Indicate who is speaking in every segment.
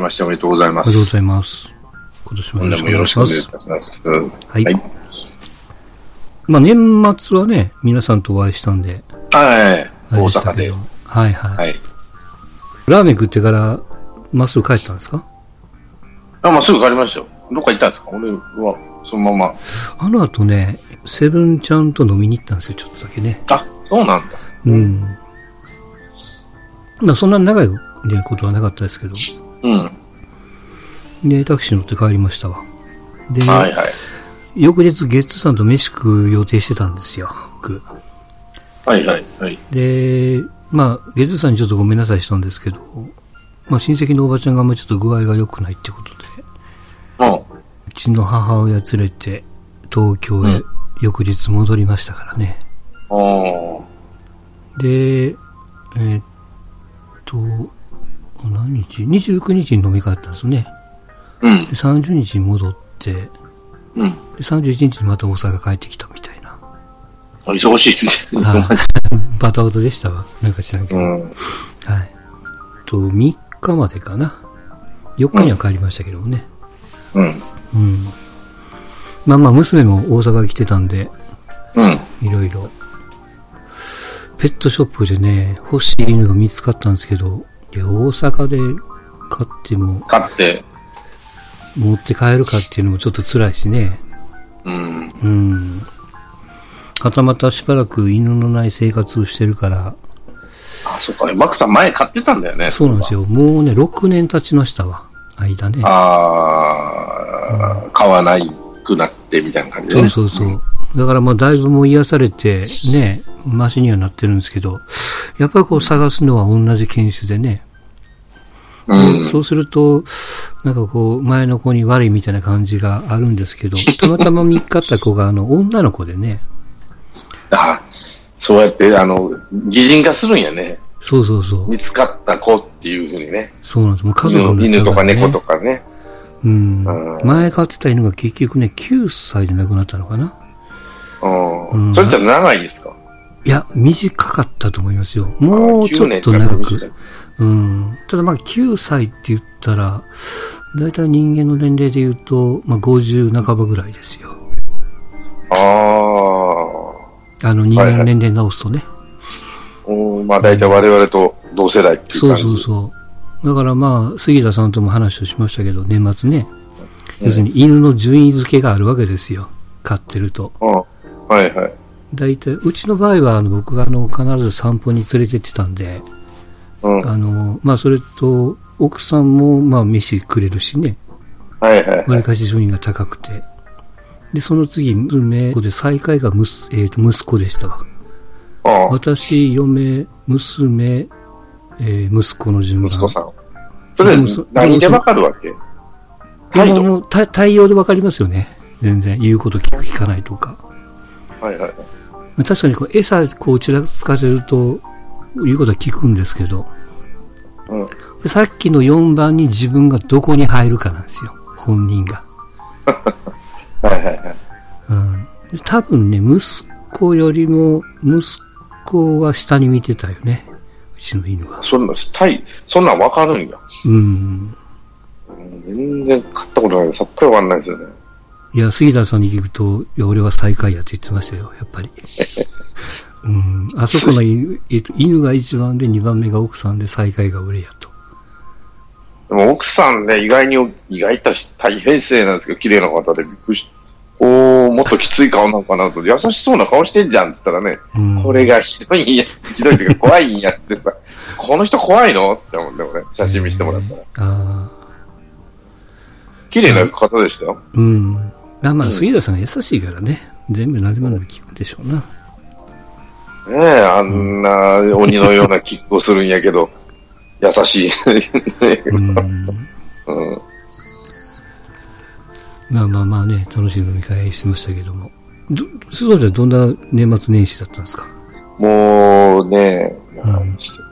Speaker 1: ましておめでとうございま
Speaker 2: ありがとうご
Speaker 1: す。
Speaker 2: ざいます。今年も
Speaker 1: 今
Speaker 2: よろ
Speaker 1: 年
Speaker 2: しく
Speaker 1: もよ
Speaker 2: お願
Speaker 1: ろ
Speaker 2: い
Speaker 1: し
Speaker 2: し
Speaker 1: くお
Speaker 2: ま
Speaker 1: 願いいたし
Speaker 2: す。
Speaker 1: ます。は
Speaker 2: はい。まあ年末はね、皆さんとお会いしたんで、
Speaker 1: はい。
Speaker 2: あれ
Speaker 1: 大
Speaker 2: でした
Speaker 1: 阪
Speaker 2: け
Speaker 1: で
Speaker 2: ど。。はいはい。
Speaker 1: はい。
Speaker 2: ラーメン食ってから、まっすぐ帰ったんですか
Speaker 1: あ、まあ、すぐ帰りましたよ。どっか行ったんですか俺は、そのまま。
Speaker 2: あの後ね、セブンちゃんと飲みに行ったんですよ、ちょっとだけね。
Speaker 1: あ、そうなんだ。
Speaker 2: うん。まあそんな長いことはなかったですけど。
Speaker 1: うん。
Speaker 2: で、タクシー乗って帰りましたわ。で、
Speaker 1: はいはい。
Speaker 2: 翌日ゲッツさんと飯食う予定してたんですよ、僕。
Speaker 1: はいはいはい。
Speaker 2: で、まあ、ゲズさんにちょっとごめんなさいしたんですけど、まあ、親戚のおばちゃんがあんまりちょっと具合が良くないってことで、
Speaker 1: も
Speaker 2: うちの母親連れて東京
Speaker 1: う
Speaker 2: へ
Speaker 1: ん
Speaker 2: 翌日戻りましたからね。
Speaker 1: うん。お
Speaker 2: で、えーっと、何日 ?29 日に飲み会あったんですよね。
Speaker 1: ーうん
Speaker 2: で、。30日に戻って、で
Speaker 1: うん。
Speaker 2: 31日にまた大阪帰ってきたみたいな。
Speaker 1: 忙しいですね。
Speaker 2: あーバタバタでしたわ。なんか知らんけど。
Speaker 1: うん。
Speaker 2: はい。と、3日までかな。4日には帰りましたけどもね。
Speaker 1: うん。
Speaker 2: うん。まあまあ、娘も大阪に来てたんで、
Speaker 1: うん。
Speaker 2: いろいろ。ペットショップでね、欲しい犬が見つかったんですけど、いや大阪で買っても、
Speaker 1: 勝って、
Speaker 2: 持って帰るかっていうのもちょっと辛いしね。
Speaker 1: うん。
Speaker 2: うん。はたまたしばらく犬のない生活をしてるから、
Speaker 1: あ、そっか。マックさん前買ってたんだよね。
Speaker 2: そうなんです
Speaker 1: よ。
Speaker 2: よ。もうね、6年経ちましたわ。間ね。
Speaker 1: あー、買わないくなってみたいな感じで
Speaker 2: そう
Speaker 1: ね。
Speaker 2: そうそう。だからまあだいぶもう癒されてね、マシにはなってるんですけど、やっぱりこう探すのは同じ犬種でね、
Speaker 1: うん。
Speaker 2: そうすると、なんかこう前の子に悪いみたいな感じがあるんです けど、たまたま見っかった子があの女の子でね、
Speaker 1: あ、そうやって、あの、擬人化するんやね。
Speaker 2: そうそうそう、
Speaker 1: 見つかった子っていうふうにね。
Speaker 2: そうなんです。もう家族になっちゃ
Speaker 1: 犬
Speaker 2: う
Speaker 1: と
Speaker 2: か、
Speaker 1: から
Speaker 2: ね。
Speaker 1: 猫とかね。
Speaker 2: うん
Speaker 1: うん。
Speaker 2: 前飼ってた犬が結局ね、9歳で亡くなったのかな。
Speaker 1: う
Speaker 2: うん
Speaker 1: ん。それじゃ長いですか。
Speaker 2: いや、短かったと思いますよ。もうちょっと長く。うん。ただまあ9歳って言ったら、大体人間の年齢で言うと、まあ50半ばぐらいですよ。
Speaker 1: ああ。
Speaker 2: あの人間の年齢直すとね。
Speaker 1: うんまあ大体我々と同世代っていう
Speaker 2: そ
Speaker 1: 感
Speaker 2: う
Speaker 1: じ。
Speaker 2: そうそう。だからまあ、杉田さんとも話をしましたけど、年末ね。要するに犬の順位付けがあるわけですよ。飼ってると。
Speaker 1: うん。はいはい。
Speaker 2: 大体、うちの場合はあの僕があの必ず散歩に連れてってたんで、
Speaker 1: うん。はい
Speaker 2: あの、まあそれと、奥さんもまあ飯くれるしね。
Speaker 1: はいはい。
Speaker 2: わりかし順位が高くて。で、その次、娘で最下位がむす、えー、と息子でしたわ。
Speaker 1: あ
Speaker 2: 私、嫁、娘、えー息子の順
Speaker 1: あ、
Speaker 2: 番。
Speaker 1: 息子さん。それ
Speaker 2: でもそ
Speaker 1: 何でわかるわけ態
Speaker 2: 今
Speaker 1: 度
Speaker 2: もうた対応でわかりますよね。全然、言うこと聞く、聞かないとか。
Speaker 1: はいはい。
Speaker 2: 確かにこう、餌、こう、ちらつかせると、言うことは聞くんですけど、
Speaker 1: うん。
Speaker 2: でさっきの4番に自分がどこに入るかなんですよ。本人が。
Speaker 1: はいはいはい。
Speaker 2: うん。多分ね、息子よりも、息子は下に見てたよね。うちの犬は。
Speaker 1: そんな、態そんなんわかるんや。
Speaker 2: うん。
Speaker 1: 全然買ったことないけどさっぱりわかんないですよね。
Speaker 2: いや、杉田さんに聞くと、いや、俺は最下位やって言ってましたよ、やっ ぱり。うん。あそこの犬、えっと、犬が1番で2番目が奥さんで最下位が俺やと。
Speaker 1: でも奥さんね、意外に、意外と大変性なんですけど、綺麗な方でびっくりしおー、もっときつい顔なのかなと、優しそうな顔してんじゃんっつったらね、
Speaker 2: うん。
Speaker 1: これがひどいんや、ひどいっていうか怖いんやってさ、この人怖いのって言ったもんでもね、写真見せてもらったら。
Speaker 2: ああ。
Speaker 1: 綺麗な方でしたよ。
Speaker 2: うん。まあま
Speaker 1: う
Speaker 2: あ、
Speaker 1: ん
Speaker 2: 杉田さんが優しいからね。全部何でも何でも聞くんでしょうな。
Speaker 1: ねえ、あんな鬼のようなキックをするんやけど、優しい。
Speaker 2: うん。
Speaker 1: うん、
Speaker 2: まあまあまあね、楽しい飲み会してましたけども。ど、そうじゃどんな年末年始だったんですか
Speaker 1: もうね、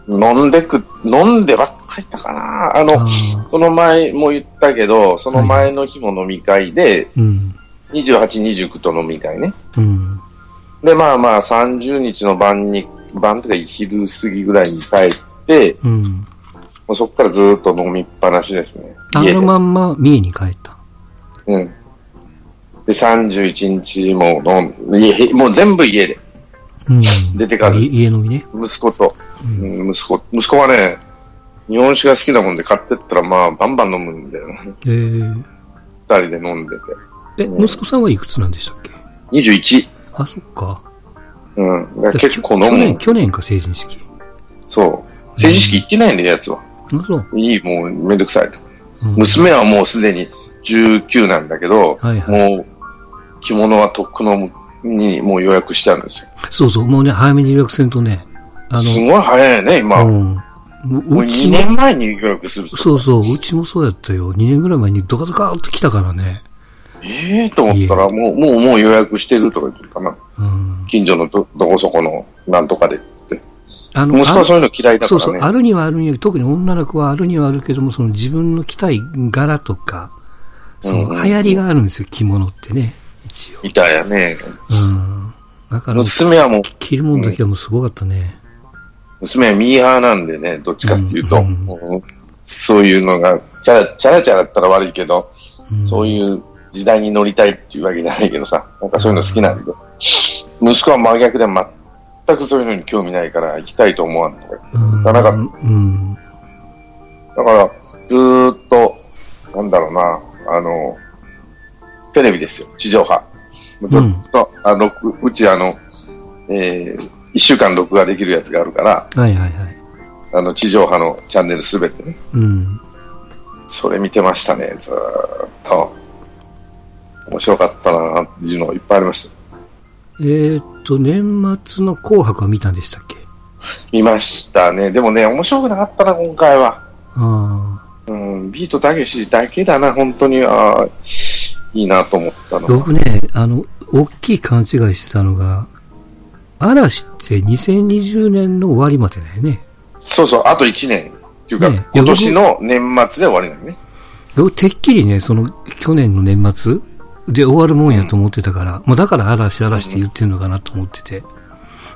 Speaker 2: ん
Speaker 1: 飲んでく、飲んでばっかりだかな。あの、
Speaker 2: ああ。
Speaker 1: その前も言ったけど、その前の日も飲み会で、
Speaker 2: うん。
Speaker 1: 28、29と飲み会ね。
Speaker 2: うん。
Speaker 1: で、まあまあ、30日の晩に、晩というか昼過ぎぐらいに帰って、
Speaker 2: うん。
Speaker 1: もうそこからずっと飲みっぱなしですね。
Speaker 2: あ
Speaker 1: 家で
Speaker 2: のまんま三重に帰った。
Speaker 1: うん。で、31日も飲ん家、もう全部家で、
Speaker 2: うん。
Speaker 1: 出てから
Speaker 2: い家飲みね。
Speaker 1: 息子と、
Speaker 2: うん
Speaker 1: うん息子、息子はね、日本酒が好きなもんで買ってったら、まあ、バンバン飲むんだよ。
Speaker 2: えー
Speaker 1: 二人で飲んでて。
Speaker 2: え、
Speaker 1: うん
Speaker 2: 息子さんはいくつなんでしたっけ
Speaker 1: 21。
Speaker 2: あ、そっか。
Speaker 1: うん。だから結構飲
Speaker 2: 去
Speaker 1: む
Speaker 2: 年、。去年か成人式。
Speaker 1: そう。成人式行ってないんだよ、やつは。
Speaker 2: あ、そう。
Speaker 1: いい、もうめんどくさいと。
Speaker 2: うん
Speaker 1: 娘はもうすでに19なんだけど、
Speaker 2: はいはい
Speaker 1: もう着物はとっくのにもう予約してあるんですよ。
Speaker 2: そうそう、もうね、早めに予約せんとね、あ
Speaker 1: すごい早いね、今。
Speaker 2: の、う
Speaker 1: も
Speaker 2: ん。
Speaker 1: う
Speaker 2: ううち
Speaker 1: 2
Speaker 2: も、
Speaker 1: 年前に予約すると。
Speaker 2: そうそう、うちもそうやったよ。2年ぐらい前にドカドカーっと来たからね。
Speaker 1: ええと思ったら、もう、もう、もう予約してるとか言ってるかな。
Speaker 2: うん。
Speaker 1: 近所のど、どこそこの、なんとかでって。
Speaker 2: あの、
Speaker 1: 息子はそう
Speaker 2: あ
Speaker 1: いうの嫌いだか
Speaker 2: そうそう、
Speaker 1: らね。
Speaker 2: あるにはあるには、特に女の子はあるにはあるけども、その自分の着たい柄とか、そ
Speaker 1: うん
Speaker 2: の
Speaker 1: うん
Speaker 2: 流行りがあるんですよ、着物ってね。一応。
Speaker 1: みたいやね。
Speaker 2: うん。だから、
Speaker 1: 娘はもう、
Speaker 2: 着るもんだけはもうすごかったね。
Speaker 1: 娘はミーハーなんでね、どっちかっていうと、
Speaker 2: うん
Speaker 1: うんそういうのが、チャラ、チャラチャラだったら悪いけど、
Speaker 2: うん
Speaker 1: そういう時代に乗りたいっていうわけじゃないけどさ、なんかそういうの好きなんで。息子は真逆で全くそういうのに興味ないから行きたいと思わんとか言って
Speaker 2: うん。
Speaker 1: なかった
Speaker 2: うん。
Speaker 1: だから、ずーっと、なんだろうな、あの、テレビですよ、地上波。ずっと、あの録うちあの、えー、一週間録画できるやつがあるから、
Speaker 2: はいはいはい。
Speaker 1: あの、地上波のチャンネルすべてね、
Speaker 2: うん。
Speaker 1: それ見てましたね、ずーっと。面白かったなっていうのがいっぱいありました。
Speaker 2: えーっと、年末の紅白は見たんでしたっけ
Speaker 1: 見ましたね。でもね、面白くなかったな、今回は。
Speaker 2: あ
Speaker 1: うん、ビートたけしだけだな、本当に。ああ、いいなと思った
Speaker 2: あ。
Speaker 1: の。
Speaker 2: 僕ね、あの、大きい勘違いしてたのが、嵐って2020年の終わりまでだよね。
Speaker 1: そうそう、あと1年。っていうか、
Speaker 2: ねえ
Speaker 1: 今年の年末で終わりなのね。
Speaker 2: 僕てっきりね、その、去年の年末で終わるもんやと思ってたから、もうだから嵐嵐って言ってるのかなと思ってて。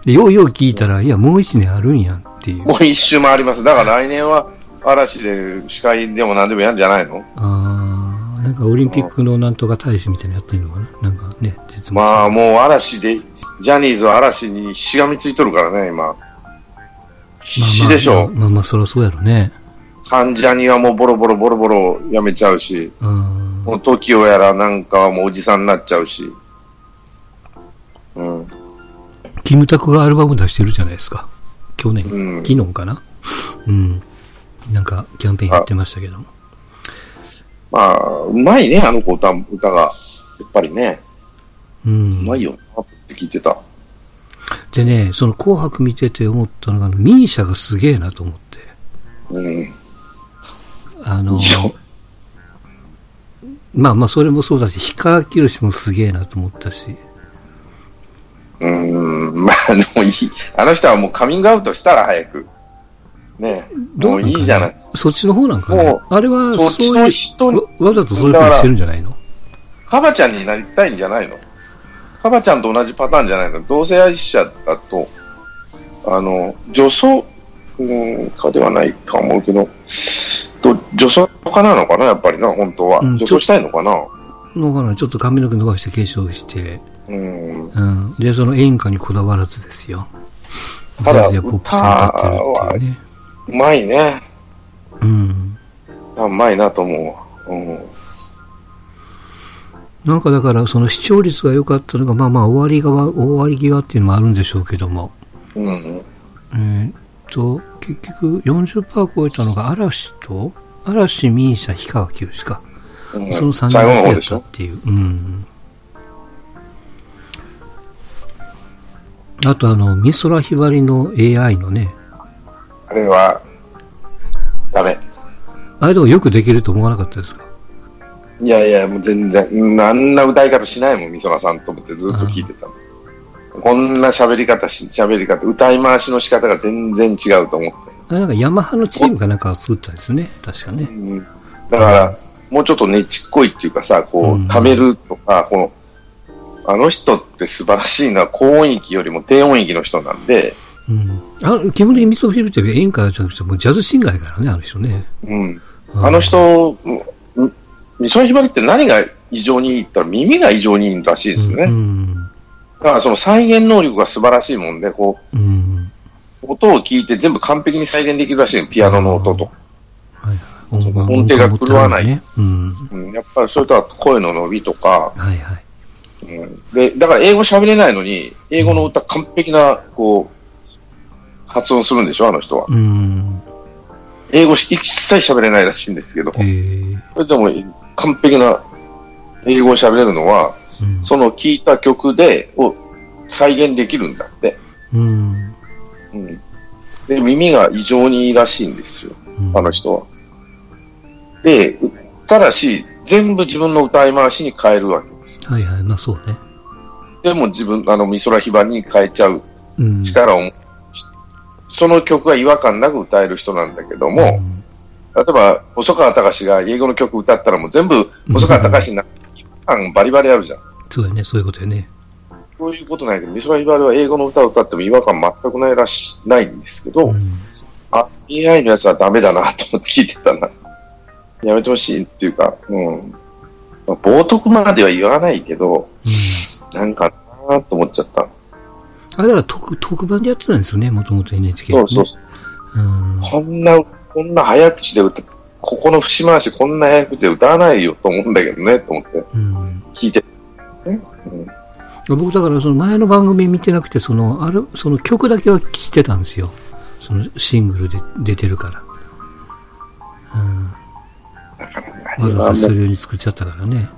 Speaker 2: で、ようよう聞いたら、いや、もう一年あるんやっていう。
Speaker 1: もう一周回ります。だから来年は嵐で司会でも何でもやるんじゃないの
Speaker 2: あーなんかオリンピックのなんとか大使みたいなのやってるのかななんかね、実
Speaker 1: まあもう嵐で、ジャニーズは嵐にしがみついとるからね、今。必死でしょ。
Speaker 2: まあまあ、まあまあ、そりゃそうやろね。
Speaker 1: 関ジャニはもうボロボロボロボロやめちゃうし、
Speaker 2: うん。
Speaker 1: もう TOKIO やらなんかはもうおじさんになっちゃうし。うん。
Speaker 2: キムタクがアルバム出してるじゃないですか。去年、
Speaker 1: うん
Speaker 2: 昨日かなうん。なんか、キャンペーンやってましたけども。
Speaker 1: まあ、うまいね、あの子歌、歌が。やっぱりね、
Speaker 2: うん。
Speaker 1: うまいよなって聞いてた。
Speaker 2: でね、その紅白見てて思ったのが、あのミーシャがすげえなと思って。
Speaker 1: うん。
Speaker 2: あの
Speaker 1: 以、上
Speaker 2: まあまあ、それもそうだし、氷川きよしもすげえなと思ったし。
Speaker 1: うーん、まあ、でもいい。あの人はもうカミングアウトしたら早く。ねえもういいじゃない。
Speaker 2: そっちの方なんかな、
Speaker 1: も
Speaker 2: あれは、
Speaker 1: そっちの
Speaker 2: そ
Speaker 1: 人
Speaker 2: うい
Speaker 1: に
Speaker 2: う、わわざとそういうことしてるんじゃないの
Speaker 1: カバちゃんになりたいんじゃないのカバちゃんと同じパターンじゃないの同性愛者だと、あの、女装、うん、かではないとは思うけど、と女装家なのかなやっぱりな、本当は。
Speaker 2: うん
Speaker 1: 女装したいのかな
Speaker 2: のかなちょっと髪の毛伸ばして化粧して、
Speaker 1: うん。
Speaker 2: うん。で、その演歌にこだわらずですよ。ジ
Speaker 1: ただ
Speaker 2: ャズやポップスに立ってるっていうね。
Speaker 1: うまいね。
Speaker 2: うん。
Speaker 1: あうまいなと思うわ。うん。
Speaker 2: なんかだから、その視聴率が良かったのが、まあまあ、終わり側、終わり際っていうのもあるんでしょうけども。
Speaker 1: うん。
Speaker 2: えーっと、結局40%超えたのが嵐と、嵐、ミーシャ、氷川きよしか。
Speaker 1: うん
Speaker 2: その3人
Speaker 1: 最後の方
Speaker 2: だけやっ
Speaker 1: でしたょ
Speaker 2: っていう。うん。あとあの、美空ひばりの AI のね、
Speaker 1: あれは、ダメ。
Speaker 2: あれでもよくできると思わなかったですか
Speaker 1: いやいや、もう全然、うんあんな歌い方しないもん、美空さんと思ってずっと聞いてた。こんな喋り方し、喋り方、歌い回しの仕方が全然違うと思って。
Speaker 2: あれなんかヤマハのチームかなんかを作ったんですよね。確かね。
Speaker 1: うんだから、もうちょっとねちっこいっていうかさ、こ
Speaker 2: うん
Speaker 1: う、溜めるとか、この、あの人って素晴らしいのは高音域よりも低音域の人なんで、
Speaker 2: うん。あ基本的にミソフィルって演歌じゃなくてもうジャズシンガーやからね、あの人ね。
Speaker 1: うん。
Speaker 2: うん
Speaker 1: あの人、そのひばりって何が異常にいいって言ったら耳が異常にいいらしいですよね。
Speaker 2: うん。
Speaker 1: だからその再現能力が素晴らしいもんで、こ
Speaker 2: うん。
Speaker 1: う、音を聞いて全部完璧に再現できるらしいのピアノの音と。
Speaker 2: 音
Speaker 1: 音程が狂わない
Speaker 2: ね。うん。
Speaker 1: うん、やっぱりそれとは声の伸びとか、
Speaker 2: はいはい。
Speaker 1: うん、で、だから英語喋れないのに、英語の歌完璧な、こう、発音するんでしょ、あの人は。
Speaker 2: うん。
Speaker 1: 英語一切喋れないらしいんですけど、
Speaker 2: えー
Speaker 1: それでも完璧な英語を喋れるのは、
Speaker 2: うん
Speaker 1: その聴いた曲で、を再現できるんだって。
Speaker 2: うん。
Speaker 1: うん。で、耳が異常にいいらしいんですよ、
Speaker 2: うん
Speaker 1: あの。人は。で、うただし、全部自分の歌い回しに変えるわけです。
Speaker 2: はいはい。まあそうね。
Speaker 1: でも自分、あの、美空ひばりに変えちゃう
Speaker 2: うん。
Speaker 1: 力を、その曲が違和感なく歌える人なんだけども、
Speaker 2: うん
Speaker 1: 例えば、細川隆が英語の曲歌ったらもう全部、細川隆にな感バリバリあるじゃん。
Speaker 2: そうやね。そういうことやね。
Speaker 1: そういうことないけど、美空ひばりは英語の歌を歌っても違和感全くないらし、ないんですけど、
Speaker 2: うん。
Speaker 1: あ、AI のやつはダメだなと思って聞いてたな。やめてほしいっていうか、うん。まあ、冒涜までは言わないけど、
Speaker 2: うん
Speaker 1: なんかなと思っちゃった。
Speaker 2: あれだから特特番でやってたんですよね、もともと NHK
Speaker 1: そうそう
Speaker 2: う。うん。
Speaker 1: こんな、こんな早口で歌って、ここの節回しこんな早口で歌わないよと思うんだけどね、と思って
Speaker 2: うん、
Speaker 1: 聞いて。
Speaker 2: 僕だからその前の番組見てなくて、その、ある、その曲だけは聴いてたんですよ。そのシングルで出てるから。うん。わざわざそれ用に作っちゃったからね。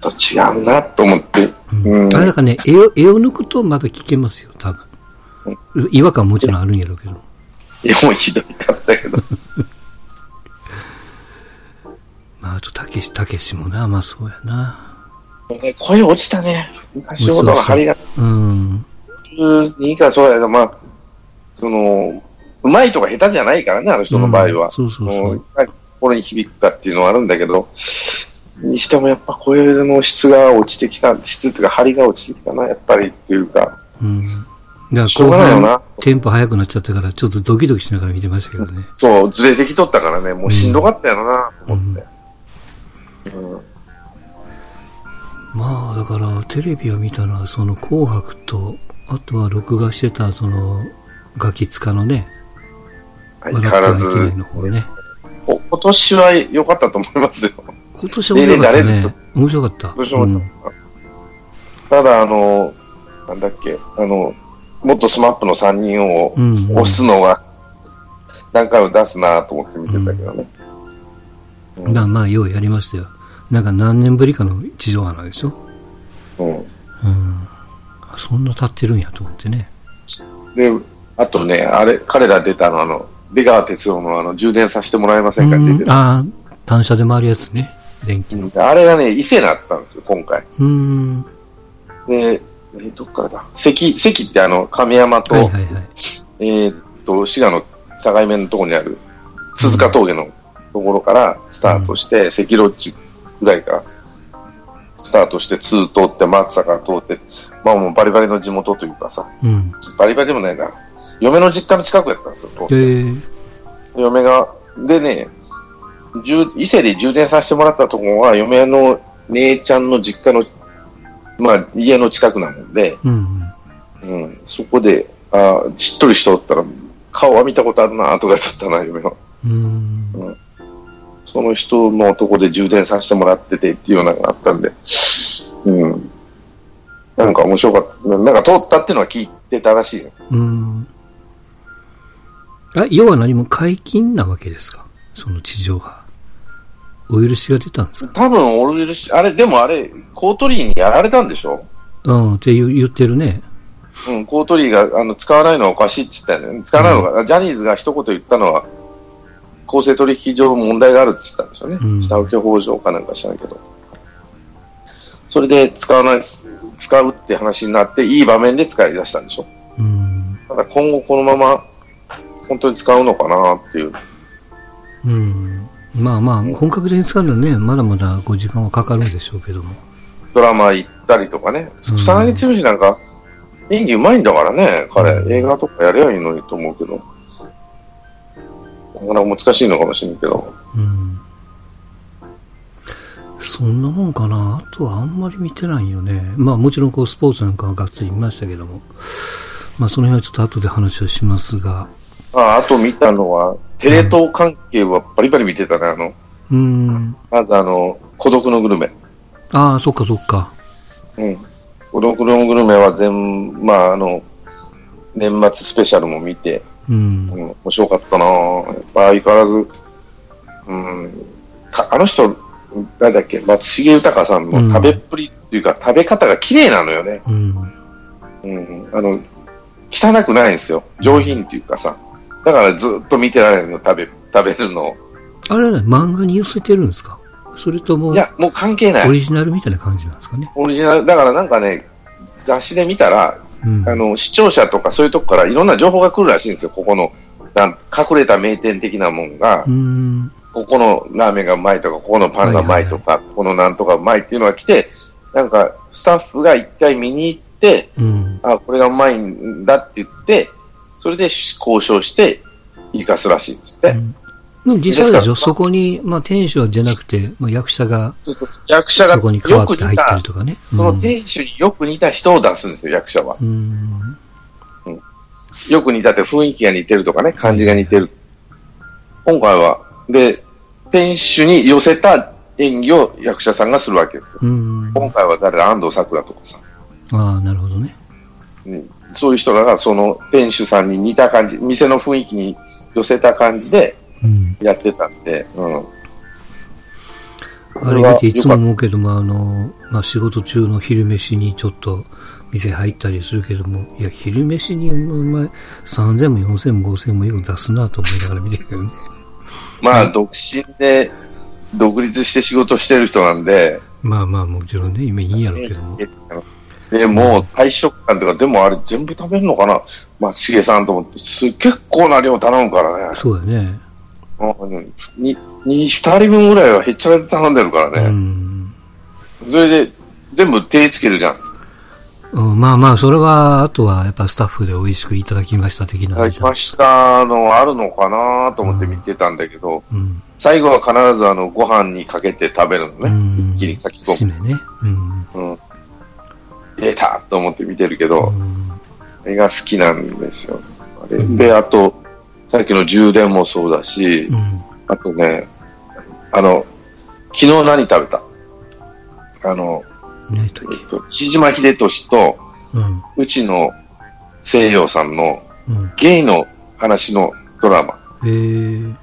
Speaker 1: と違うなと思って。
Speaker 2: う
Speaker 1: うん
Speaker 2: ん。あれだからね、絵を、絵を抜くとまだ聴けますよ、多分。違和感もちろんあるんやろうけど。
Speaker 1: いや、もうひどいかったけど。
Speaker 2: まあ、あと、たけし、たけしもな、まあそうやな。
Speaker 1: 声落ちたね。昔ほどの張りが
Speaker 2: うん。
Speaker 1: 12かそうやけど、まあ、その、うまいとか下手じゃないからね、あの人の場合は。
Speaker 2: うんそうそうそ
Speaker 1: も
Speaker 2: う
Speaker 1: いかに心に響くかっていうのはあるんだけど、にしてもやっぱ声の質が落ちてきた、質っていうか張りが落ちてきたな、やっぱりっていうか。
Speaker 2: うん。だ
Speaker 1: し
Speaker 2: か
Speaker 1: ょ
Speaker 2: ら
Speaker 1: うが
Speaker 2: 後
Speaker 1: ないよな
Speaker 2: 半テンポ速くなっちゃったから、ちょっとドキドキしながら見てましたけどね。
Speaker 1: そう、ずれてきとったからね、もうしんどかったやろな、と思って。
Speaker 2: まあ、だから、テレビを見たのは、その紅白と、あとは録画してた、その、ガキ使のね、
Speaker 1: 相変わらず、
Speaker 2: 笑ってはいけないの方ね。
Speaker 1: お今年は良かったと思いますよ。
Speaker 2: 今年は面白かったね。面白かった。
Speaker 1: 面白かった
Speaker 2: うん
Speaker 1: ただ、あの、なんだっけ、あの、もっとスマップの3人を
Speaker 2: うん
Speaker 1: 押すのが、何回も出すなと思って見てたけどね。
Speaker 2: まあまあ、ようやりましたよ。なんか何年ぶりかの地上波なんでしょ
Speaker 1: うん。
Speaker 2: うん。あそんな経ってるんやと思ってね。
Speaker 1: で、あとね、あれ、彼ら出たの、あの、出川哲郎のあの、充電させてもらえませんかって言って
Speaker 2: うん、
Speaker 1: た。
Speaker 2: ああ、単車で回るやつね。電気の。
Speaker 1: うんあれがね、伊勢だったんですよ、今回。
Speaker 2: うん。は
Speaker 1: で、えーどっからだ関、関ってあの、亀山と、
Speaker 2: いはいはい。
Speaker 1: えーっと、滋賀の境目のところにある、鈴鹿峠のところからスタートして、関ロッジぐらいからスタートして、2通って、松坂通って、まあもうバリバリの地元というかさ、
Speaker 2: うん。
Speaker 1: バリバリでもないな。嫁の実家の近くやったんですよ、
Speaker 2: えー、
Speaker 1: 嫁が、でね、充伊勢で充電させてもらったところは、嫁の姉ちゃんの実家の、まあ、家の近くなもんで、
Speaker 2: うん。
Speaker 1: うん、そこで、あしっとりしておったら、顔は見たことあるな、とかだったな、嫁は。
Speaker 2: うん。
Speaker 1: その人のとこで充電させてもらっててっていうようなのがあったんで、うん。なんか面白かった。ななんか通ったっていうのは聞いてたらしいよ。
Speaker 2: うん。あ、要は何も解禁なわけですかその地上波。お許しが出たんですか
Speaker 1: 多分、俺より、あれ、でもあれ、コートリーにやられたんでしょ
Speaker 2: うん、って言う言ってるね。
Speaker 1: うん、コートリーがあの使わないのはおかしいって言ったよね。使わないのが、ジャニーズが一言言ったのは、公正取引上問題があるって言ったんですよね。
Speaker 2: うん
Speaker 1: 下請け法上かなんかしたんだけど。それで使わない、使うって話になって、いい場面で使い出したんでしょ。
Speaker 2: うん。
Speaker 1: ただ今後このまま、本当に使うのかなっていう。
Speaker 2: うん。まあまあ、本格的に使うのはね、まだまだこう時間はかかるんでしょうけども。
Speaker 1: ドラマ行ったりとかね。
Speaker 2: うん
Speaker 1: 草薙剛なんか、演技うまいんだからね、
Speaker 2: うん
Speaker 1: 彼。映画とかやればいいのにと思うけど。なかなか難しいのかもしれんけど。
Speaker 2: うん。そんなもんかな。あとはあんまり見てないよね。まあもちろんこうスポーツなんかはがっつり見ましたけども。まあその辺はちょっと後で話をしますが。
Speaker 1: ああと見たのは、テレ東関係はバリバリ見てたね、あの、
Speaker 2: うん。
Speaker 1: まずあの、孤独のグルメ。
Speaker 2: ああ、そっかそっか。
Speaker 1: うん。孤独のグルメは全、まああの、年末スペシャルも見て、
Speaker 2: うん
Speaker 1: う。ん、面白かったなぁやっぱ相変わらず、うん、たあの人、なんだっけ、松重豊さん
Speaker 2: う
Speaker 1: の
Speaker 2: ん
Speaker 1: 食べっぷりっていうか、食べ方が綺麗なのよね。
Speaker 2: うん。
Speaker 1: うん、あの、汚くないんですよ。上品っていうかさ。だからずっと見てられるの、食べ、食べるのを。
Speaker 2: あれはね、漫画に寄せてるんですかそれとも、
Speaker 1: い
Speaker 2: オ
Speaker 1: や、もう関係ない。
Speaker 2: リジナルみたいな感じなんですかね。
Speaker 1: オリジナル、だからなんかね、雑誌で見たら、
Speaker 2: うん。
Speaker 1: あの、視聴者とかそういうとこからいろんな情報が来るらしいんですよ。ここの、なん隠れた名店的なもんが
Speaker 2: う、ん。
Speaker 1: ここのラーメンがうまいとか、ここのパンがうまいとか、ここのなんとかうまいっていうのが来て、なんか、スタッフが一回見に行って、
Speaker 2: うん。
Speaker 1: あ、これがうまいんだって言って、それで交渉して、生かすらしいんですって。
Speaker 2: うんでも実際で
Speaker 1: です
Speaker 2: し
Speaker 1: から
Speaker 2: ょそこに、まあ店主じゃなくて、まあ役者が
Speaker 1: そうすると役者が
Speaker 2: そこに変わ
Speaker 1: よ
Speaker 2: っ
Speaker 1: く
Speaker 2: て入
Speaker 1: 似
Speaker 2: ったり
Speaker 1: た、
Speaker 2: とかね。
Speaker 1: その店主によく似た人を出すんですよ、役者は。
Speaker 2: うん。
Speaker 1: よく似たって雰囲気が似てるとかね、感じが似てる。今回は、で、店主に寄せた演技を役者さんがするわけですよ。
Speaker 2: うん。
Speaker 1: 今回は誰だ安藤サクラとかさ、
Speaker 2: ああ、なるほどね。
Speaker 1: うん、そういう人らがその店主さんに似た感じ、店の雰囲気に寄せた感じで
Speaker 2: うん。
Speaker 1: やってたんで、うん。
Speaker 2: あれ見ていつも思うけども、あの、まあ、仕事中の昼飯にちょっと店入ったりするけども、いや、昼飯にお前3000も4000も5000もよく出すなと思いながら見てるけどね。
Speaker 1: まあ、独身で独立して仕事してる人なんで、
Speaker 2: まあまあ、もちろんね、今いいんやろうけども。
Speaker 1: で、もう退職感とか、でもあれ全部食べるのかなまあ、しげさんと思って、す結構な量頼むからね。
Speaker 2: そうだね。
Speaker 1: うんに、に、二人分ぐらいはへっちゃらで頼んでるか
Speaker 2: う
Speaker 1: らね。
Speaker 2: ん。
Speaker 1: それで、全部手つけるじゃん。
Speaker 2: うんまあまあ、それは、あとはやっぱスタッフで美味しくいただきました的な
Speaker 1: は
Speaker 2: 話
Speaker 1: い、
Speaker 2: じゃん
Speaker 1: 明日のあるのかなと思って見てたんだけど、
Speaker 2: うん。
Speaker 1: 最後は必ずあの、ご飯にかけて食べる
Speaker 2: う
Speaker 1: のね。
Speaker 2: ん。
Speaker 1: 一気に書き込
Speaker 2: 締めね。うん。
Speaker 1: む。うん。出たと思って見てるけ
Speaker 2: う
Speaker 1: ど、
Speaker 2: ん
Speaker 1: 絵が好きなんですよ。あれ
Speaker 2: うん
Speaker 1: で、あと、さっきの充電もそうだし
Speaker 2: う、ん。
Speaker 1: あとね、あの、昨日何食べたあの、
Speaker 2: 何やったっ
Speaker 1: えっと、木島秀俊と、
Speaker 2: けうん。
Speaker 1: うちの西洋さんの
Speaker 2: うん。
Speaker 1: ゲイの話のドラマ
Speaker 2: えー。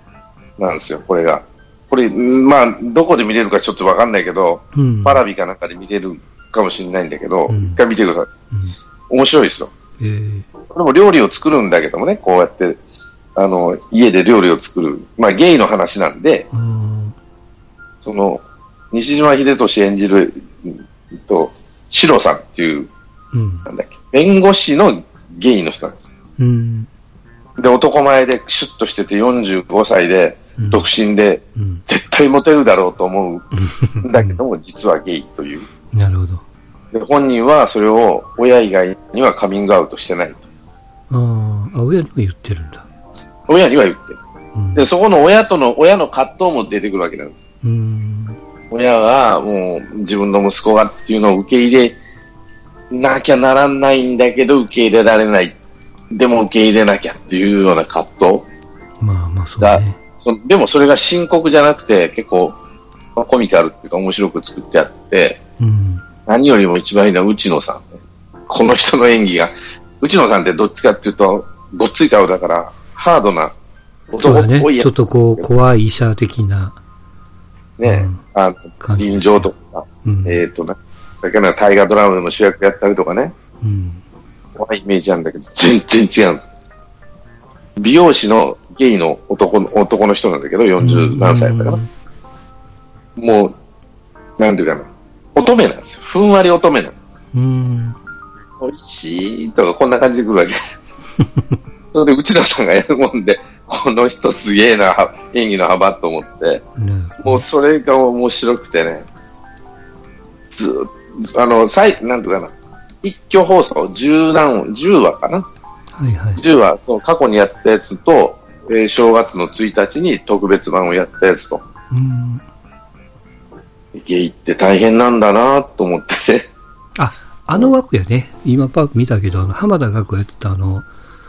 Speaker 1: なんですよ、これが。これ、んまあ、どこで見れるかちょっとわかんないけど、
Speaker 2: うん。
Speaker 1: パラビかなんかで見れるかもしれないんだけど、
Speaker 2: うん
Speaker 1: 一回見てくださ
Speaker 2: うん。
Speaker 1: い。面白いですよ。
Speaker 2: えー。
Speaker 1: これも料理を作るんだけどもね、こうやって、あの、家で料理を作る。まあ、ゲイの話なんで、
Speaker 2: うん。
Speaker 1: その、西島秀俊演じる、うんと、シロさんっていう、
Speaker 2: うん。
Speaker 1: なんだっけ、弁護士のゲイの人なんです。
Speaker 2: うん。
Speaker 1: で、男前でシュッとしてて45歳で、
Speaker 2: うん
Speaker 1: 独身で、
Speaker 2: うん。
Speaker 1: 絶対モテるだろうと思うんだけども、実はゲイという。
Speaker 2: なるほど。
Speaker 1: で、本人はそれを親以外にはカミングアウトしてないと。
Speaker 2: ああ、あ、親にも言ってるんだ。
Speaker 1: 親には言ってる。
Speaker 2: うん。
Speaker 1: で、そこの親との、親の葛藤も出てくるわけなんです。
Speaker 2: うん。
Speaker 1: 親がもう自分の息子がっていうのを受け入れなきゃならないんだけど、受け入れられない。でも受け入れなきゃっていうような葛藤。
Speaker 2: まあまあ、そうだね。
Speaker 1: そでもそれが深刻じゃなくて、結構、まあコミカルっていうか面白く作ってあって、
Speaker 2: うん。
Speaker 1: 何よりも一番いいのは内野さんね。この人の演技が。内野さんってどっちかっていうと、ごっつい顔だから、ハードな
Speaker 2: そ
Speaker 1: 男
Speaker 2: うだ
Speaker 1: っ
Speaker 2: ね。
Speaker 1: ぽいや
Speaker 2: ちょっとこう、怖い医者的な
Speaker 1: ね、
Speaker 2: うん
Speaker 1: あの
Speaker 2: 感じ。
Speaker 1: 臨場と。かさ、
Speaker 2: うん。
Speaker 1: えっ、とな、だから大河ドラマでも主役やったりとかね、
Speaker 2: うん。
Speaker 1: 怖いイメージなんだけど、全然違うの。美容師のゲイの男の男の人なんだけど、40何歳だから、もう、なんていうかな、乙女なんですよ。ふんわり乙女なんです。
Speaker 2: うん。
Speaker 1: 美味しいとか、こんな感じで来る わけ。それで、内田さんがやるもんで、この人すげえな、演技の幅と思って、もうそれが面白くてね、ずーあの、最、なんとかな、一挙放送、十何、十話かな
Speaker 2: はいはい。
Speaker 1: 十話、そう過去にやったやつと、えー正月の1日に特別版をやったやつと、
Speaker 2: うん。
Speaker 1: ゲイって大変なんだなと思ってね。
Speaker 2: あ、あの枠やね。今パッ見たけど、あの浜田学やってたあの、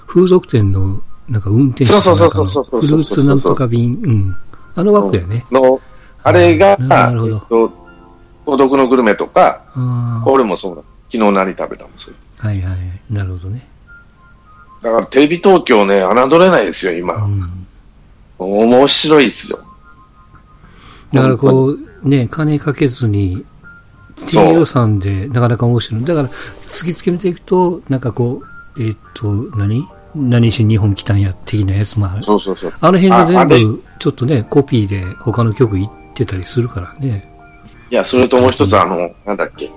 Speaker 2: 風俗店の、なんか運転手
Speaker 1: そうそう
Speaker 2: なんか
Speaker 1: そ
Speaker 2: の
Speaker 1: うそうそう
Speaker 2: フルーツなんとか便、うん。あの枠やね。
Speaker 1: の、あれが、
Speaker 2: なるほど
Speaker 1: え
Speaker 2: なる
Speaker 1: っと孤独のグルメとか、
Speaker 2: ああ。
Speaker 1: 俺もそうだ。昨日何食べたもんそう。
Speaker 2: はいはいはい。なるほどね。
Speaker 1: だからテレビ東京ね、侮れないですよ、
Speaker 2: う
Speaker 1: 今。
Speaker 2: ん。
Speaker 1: 面白いですよ。
Speaker 2: だからこう、ね、金かけずに、
Speaker 1: そう
Speaker 2: 低予算でなかなか面白い。だから、突き詰めていくと、なんかこう、えーっと、何何しに日本来たんや、的なやつもある。
Speaker 1: そうそうそう。
Speaker 2: あの辺が
Speaker 1: ああれ
Speaker 2: 全部、ちょっとね、コピーで他の曲行ってたりするからね。
Speaker 1: いや、それともう一つ、あの、なんだっけ。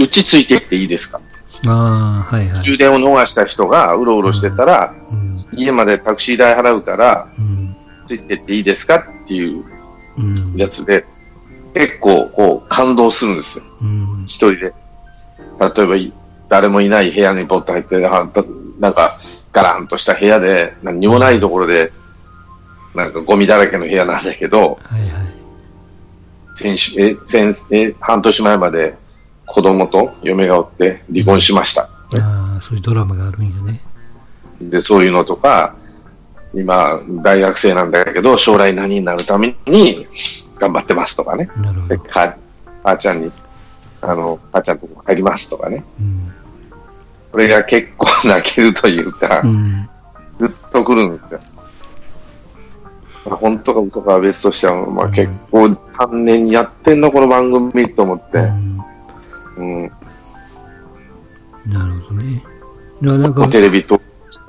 Speaker 1: うちついてきていいですか
Speaker 2: ああ、はいはい。
Speaker 1: 終電を逃した人がうろうろしてたら、
Speaker 2: うん。
Speaker 1: 家までタクシー代払うから、
Speaker 2: うん。
Speaker 1: ついてっていいですかっていう
Speaker 2: うん。
Speaker 1: やつで、結構こう感動するんですよ。
Speaker 2: うん。
Speaker 1: 一人で。例えばい、誰もいない部屋にポッと入って、あんたなんか、ガランとした部屋で、何にもないところで、なんかゴミだらけの部屋なんだけど、
Speaker 2: はいはい。
Speaker 1: 先週、え、先、え、半年前まで子供と嫁がおって離婚しました。
Speaker 2: ああ、そういうドラマがあるんよね。
Speaker 1: で、そういうのとか、今、大学生なんだけど、将来何になるために頑張ってますとかね。
Speaker 2: なるほ
Speaker 1: で、
Speaker 2: ど。
Speaker 1: か、母ちゃんに、あの、母ちゃんのとこ帰りますとかね。
Speaker 2: うん。
Speaker 1: これが結構泣けるというか
Speaker 2: う、ん。
Speaker 1: ずっと来るんですよ。まあ本当か嘘かは別としては、ま
Speaker 2: う
Speaker 1: あ
Speaker 2: ん
Speaker 1: 結構3年にやってんの、この番組と思っ
Speaker 2: う
Speaker 1: て。
Speaker 2: ん
Speaker 1: うん。
Speaker 2: なるほどね。だからなんか、
Speaker 1: テレビと、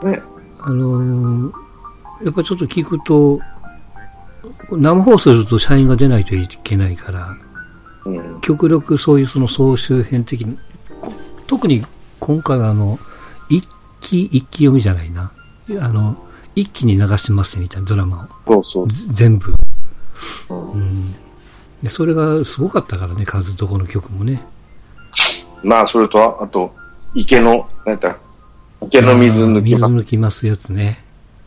Speaker 1: ね。
Speaker 2: あのーやっぱちょっと聞くと、生放送すると社員が出ないといけないから、
Speaker 1: うん。
Speaker 2: 極力そういうその総集編的に、こ特に今回はあの、一気、一気読みじゃないな。あの、一気に流しますみたいなドラマ
Speaker 1: そうそう
Speaker 2: を。ぜ全部。
Speaker 1: うん
Speaker 2: うん。で、それがすごかったからね、数どこの曲もね。
Speaker 1: まあ、それとあ、あと、池の、なんだ、池の水抜き
Speaker 2: 水
Speaker 1: ま、
Speaker 2: 抜きますやつね。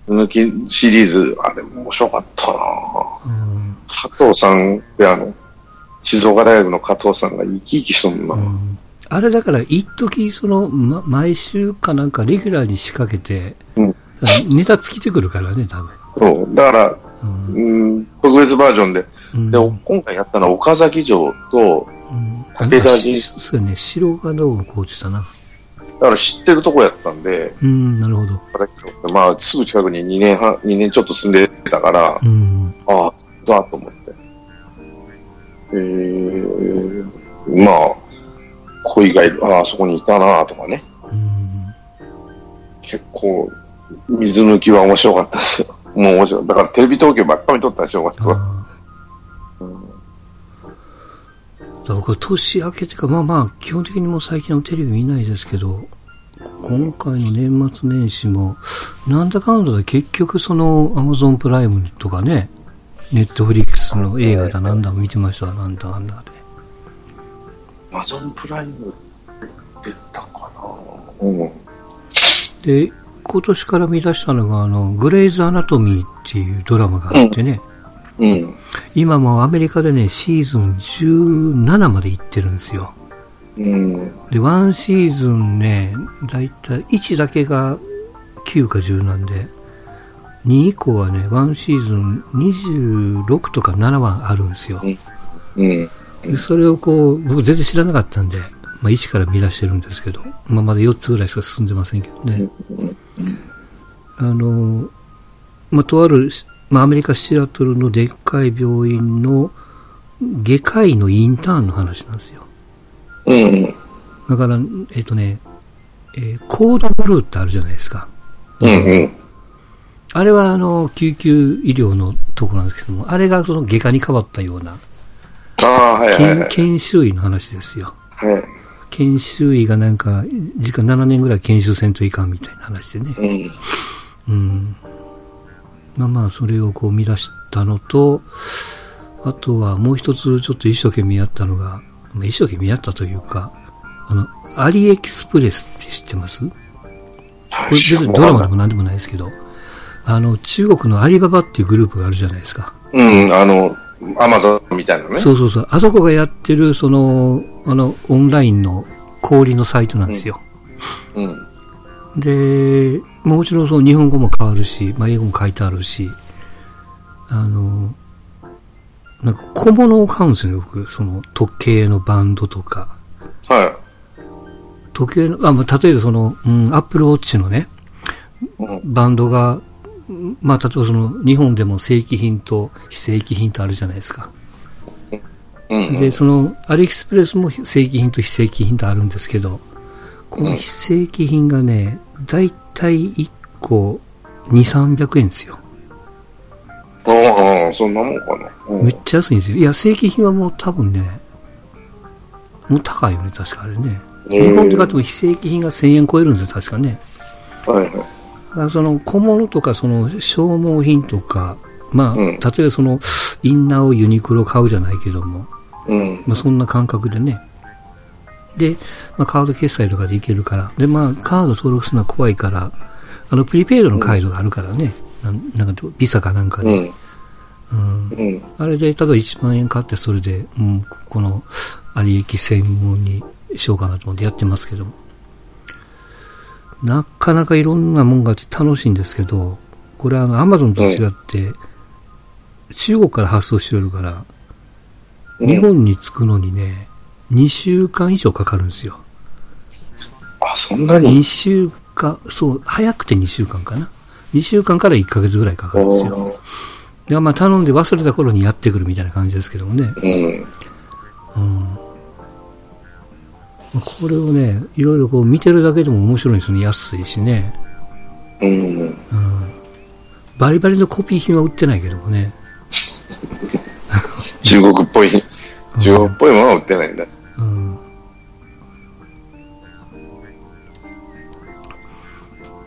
Speaker 1: 抜きシリーズ、あれ面白かったな
Speaker 2: うん。
Speaker 1: 加藤さんってあの、静岡大学の加藤さんが生き生きしとんな。
Speaker 2: うんあれだから、一時その、ま、毎週かなんかレギュラーに仕掛けて、
Speaker 1: うん
Speaker 2: ネタ尽きてくるからね、多分。
Speaker 1: そう。だから、
Speaker 2: うん
Speaker 1: うん、特別バージョンで。
Speaker 2: うん
Speaker 1: で、今回やったのは岡崎城と、
Speaker 2: うん
Speaker 1: 武田
Speaker 2: し
Speaker 1: 銀
Speaker 2: そうやね、城がどうもコーチだな。
Speaker 1: だから知ってるとこやったんで、
Speaker 2: うん、なるほど。
Speaker 1: 岡崎城って、まあ、すぐ近くに2年半、2年ちょっと住んでたから、
Speaker 2: うん。
Speaker 1: ああ、だと思って。えー、まあ、恋がいる、ああ、そこにいたなとかね。
Speaker 2: うん。
Speaker 1: 結構、水抜きは面白かったですよ。もう面白い。だからテレビ東京ばっかり撮ったでしょ、正月は。
Speaker 2: ああ。だから僕は年明けてか、まあまあ、基本的にもう最近のテレビ見ないですけど、今回の年末年始も、なんだかんだで結局その Amazon プライムとかね、ネットフリックスの映画だなんだも見てましたわ、なんだかんだで。
Speaker 1: マゾンプライム出たかなうん。
Speaker 2: で、今年から見出したのが、あの、グレイズ・アナトミーっていうドラマがあってね、
Speaker 1: うん。
Speaker 2: 今もアメリカでね、シーズン17まで行ってるんですよ。
Speaker 1: うん。
Speaker 2: で、ワンシーズンね、だいたい1だけが9か10なんで、2以降はね、ワンシーズン26とか7はあるんですよ。
Speaker 1: うん。
Speaker 2: でそれをこう、僕全然知らなかったんで、まあ1から見出してるんですけど、まあまだ4つぐらいしか進んでませんけどね。あの、まあとある、まあアメリカシアトルのでっかい病院の外科医のインターンの話なんですよ。
Speaker 1: うん。
Speaker 2: だから、えっ、とね、えーコードブルーってあるじゃないですか。
Speaker 1: うん。うん。
Speaker 2: あれはあの、救急医療のとこなんですけども、あれがその外科に変わったような、
Speaker 1: ああ、はいはいは
Speaker 2: 研
Speaker 1: い。
Speaker 2: 研修医の話ですよ。
Speaker 1: はい。
Speaker 2: 研修医がなんか、時間7年ぐらい研修せんといかんみたいな話でね。
Speaker 1: うん。
Speaker 2: うん。まあまあ、それをこう見出したのと、あとはもう一つちょっと一生懸命やったのが、まあ一生懸命やったというか、あの、アリエキスプレスって知ってますこれ別にドラマでも何でもないですけど、あの、中国のアリババっていうグループがあるじゃないですか。
Speaker 1: うん、あの、アマゾンみたいなね。
Speaker 2: そうそうそう。あそこがやってる、その、あの、オンラインの氷のサイトなんですよ。
Speaker 1: うん。
Speaker 2: で、まあもちろんその日本語も変わるし、まあ、英語も書いてあるし、あの、なんか小物を買うんですよね、僕。その時計のバンドとか。
Speaker 1: は
Speaker 2: 時計の、あ、まあ、例えばその、うん、アップルウォッチのね、
Speaker 1: い。うん。
Speaker 2: バンドが、うんまあ、例えばその、日本でも正規品と非正規品とあるじゃないですか。
Speaker 1: うん、
Speaker 2: で、その、アリエクスプレスも正規品と非正規品とあるんですけど、この非正規品がね、だいたい1個2、300円ですよ。
Speaker 1: ああ、そんなもんかな。うん
Speaker 2: めっちゃ安いんですよ。いや、正規品はもう多分ね、もう高いよね、確かあれね。日本で買っても非正規品が1000円超えるんですよ、確かね。
Speaker 1: はいはい。
Speaker 2: だからその小物とかその消耗品とか、まあ、
Speaker 1: うん
Speaker 2: 例えばそのインナーをユニクロ買うじゃないけども、
Speaker 1: うん。
Speaker 2: まあそんな感覚でね。で、まあカード決済とかでいけるから。で、まあカード登録するのは怖いから、あのプリペイドのカードがあるからね。なんなんかビザかなんか
Speaker 1: う
Speaker 2: で。
Speaker 1: ん。
Speaker 2: うん
Speaker 1: うん。
Speaker 2: あれで、例えば1万円買って、それで、うん、この、有益専門にしようかなと思ってやってますけども。なかなかいろんなもんがあって楽しいんですけど、これはあの、アマゾンと違って、中国から発送してるから、
Speaker 1: うん
Speaker 2: 日本に着くのにね、2週間以上かかるんですよ。
Speaker 1: あ、そんな
Speaker 2: 2
Speaker 1: に
Speaker 2: 週間、そう、早くて2週間かな。2週間から1ヶ月ぐらいかかるんですよ。
Speaker 1: おー
Speaker 2: でまあ頼んで忘れた頃にやってくるみたいな感じですけどもね。
Speaker 1: うん。
Speaker 2: うんこれをね、いろいろこう見てるだけでも面白いんですよね。安いしね。
Speaker 1: うん。
Speaker 2: バリバリのコピー品は売ってないけどもね。
Speaker 1: 中国っぽい、中国っぽいものは売ってないんだ。
Speaker 2: うん。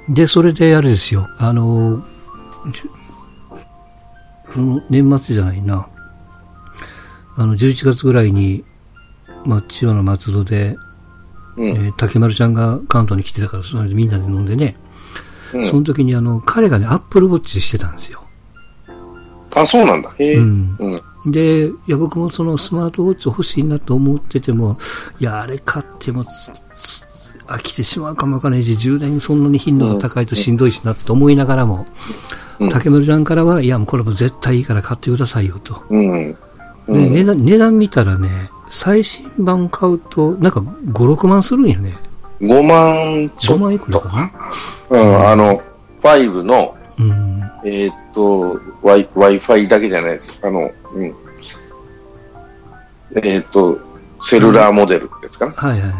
Speaker 2: で、それであれですよ。あの、じゅこの年末じゃないな。あの、11月ぐらいに、まあ、千代の松戸で、
Speaker 1: う
Speaker 2: え
Speaker 1: ん。
Speaker 2: ー竹丸ちゃんが関東に来てたから、それでみんなで飲んでね。
Speaker 1: うん
Speaker 2: その時にあの、彼がね、アップルウォッチしてたんですよ。
Speaker 1: あ、そうなんだ。へえ。
Speaker 2: う
Speaker 1: うんん。
Speaker 2: で、いや、僕もそのスマートウォッチ欲しいなと思ってても、いや、あれ買ってもつ、つ飽きてしまうかもわからないし、充電そんなに頻度が高いとしんどいしなと思いながらも、
Speaker 1: うん
Speaker 2: 竹丸ちゃんからは、いや、もうこれも絶対いいから買ってくださいよと。
Speaker 1: うん。う
Speaker 2: で、
Speaker 1: ん。
Speaker 2: 値段、値段見たらね、最新版買うと、なんか5、6万するんよね。
Speaker 1: 5万ち
Speaker 2: 5
Speaker 1: ょ
Speaker 2: 万いくらか
Speaker 1: っと。うん。あの、5の、
Speaker 2: なうん。
Speaker 1: えーっと、Wi- Wi-Fi だけじゃないです。あの、うん。えーっと、セルラーモデルですかね。
Speaker 2: はいはいは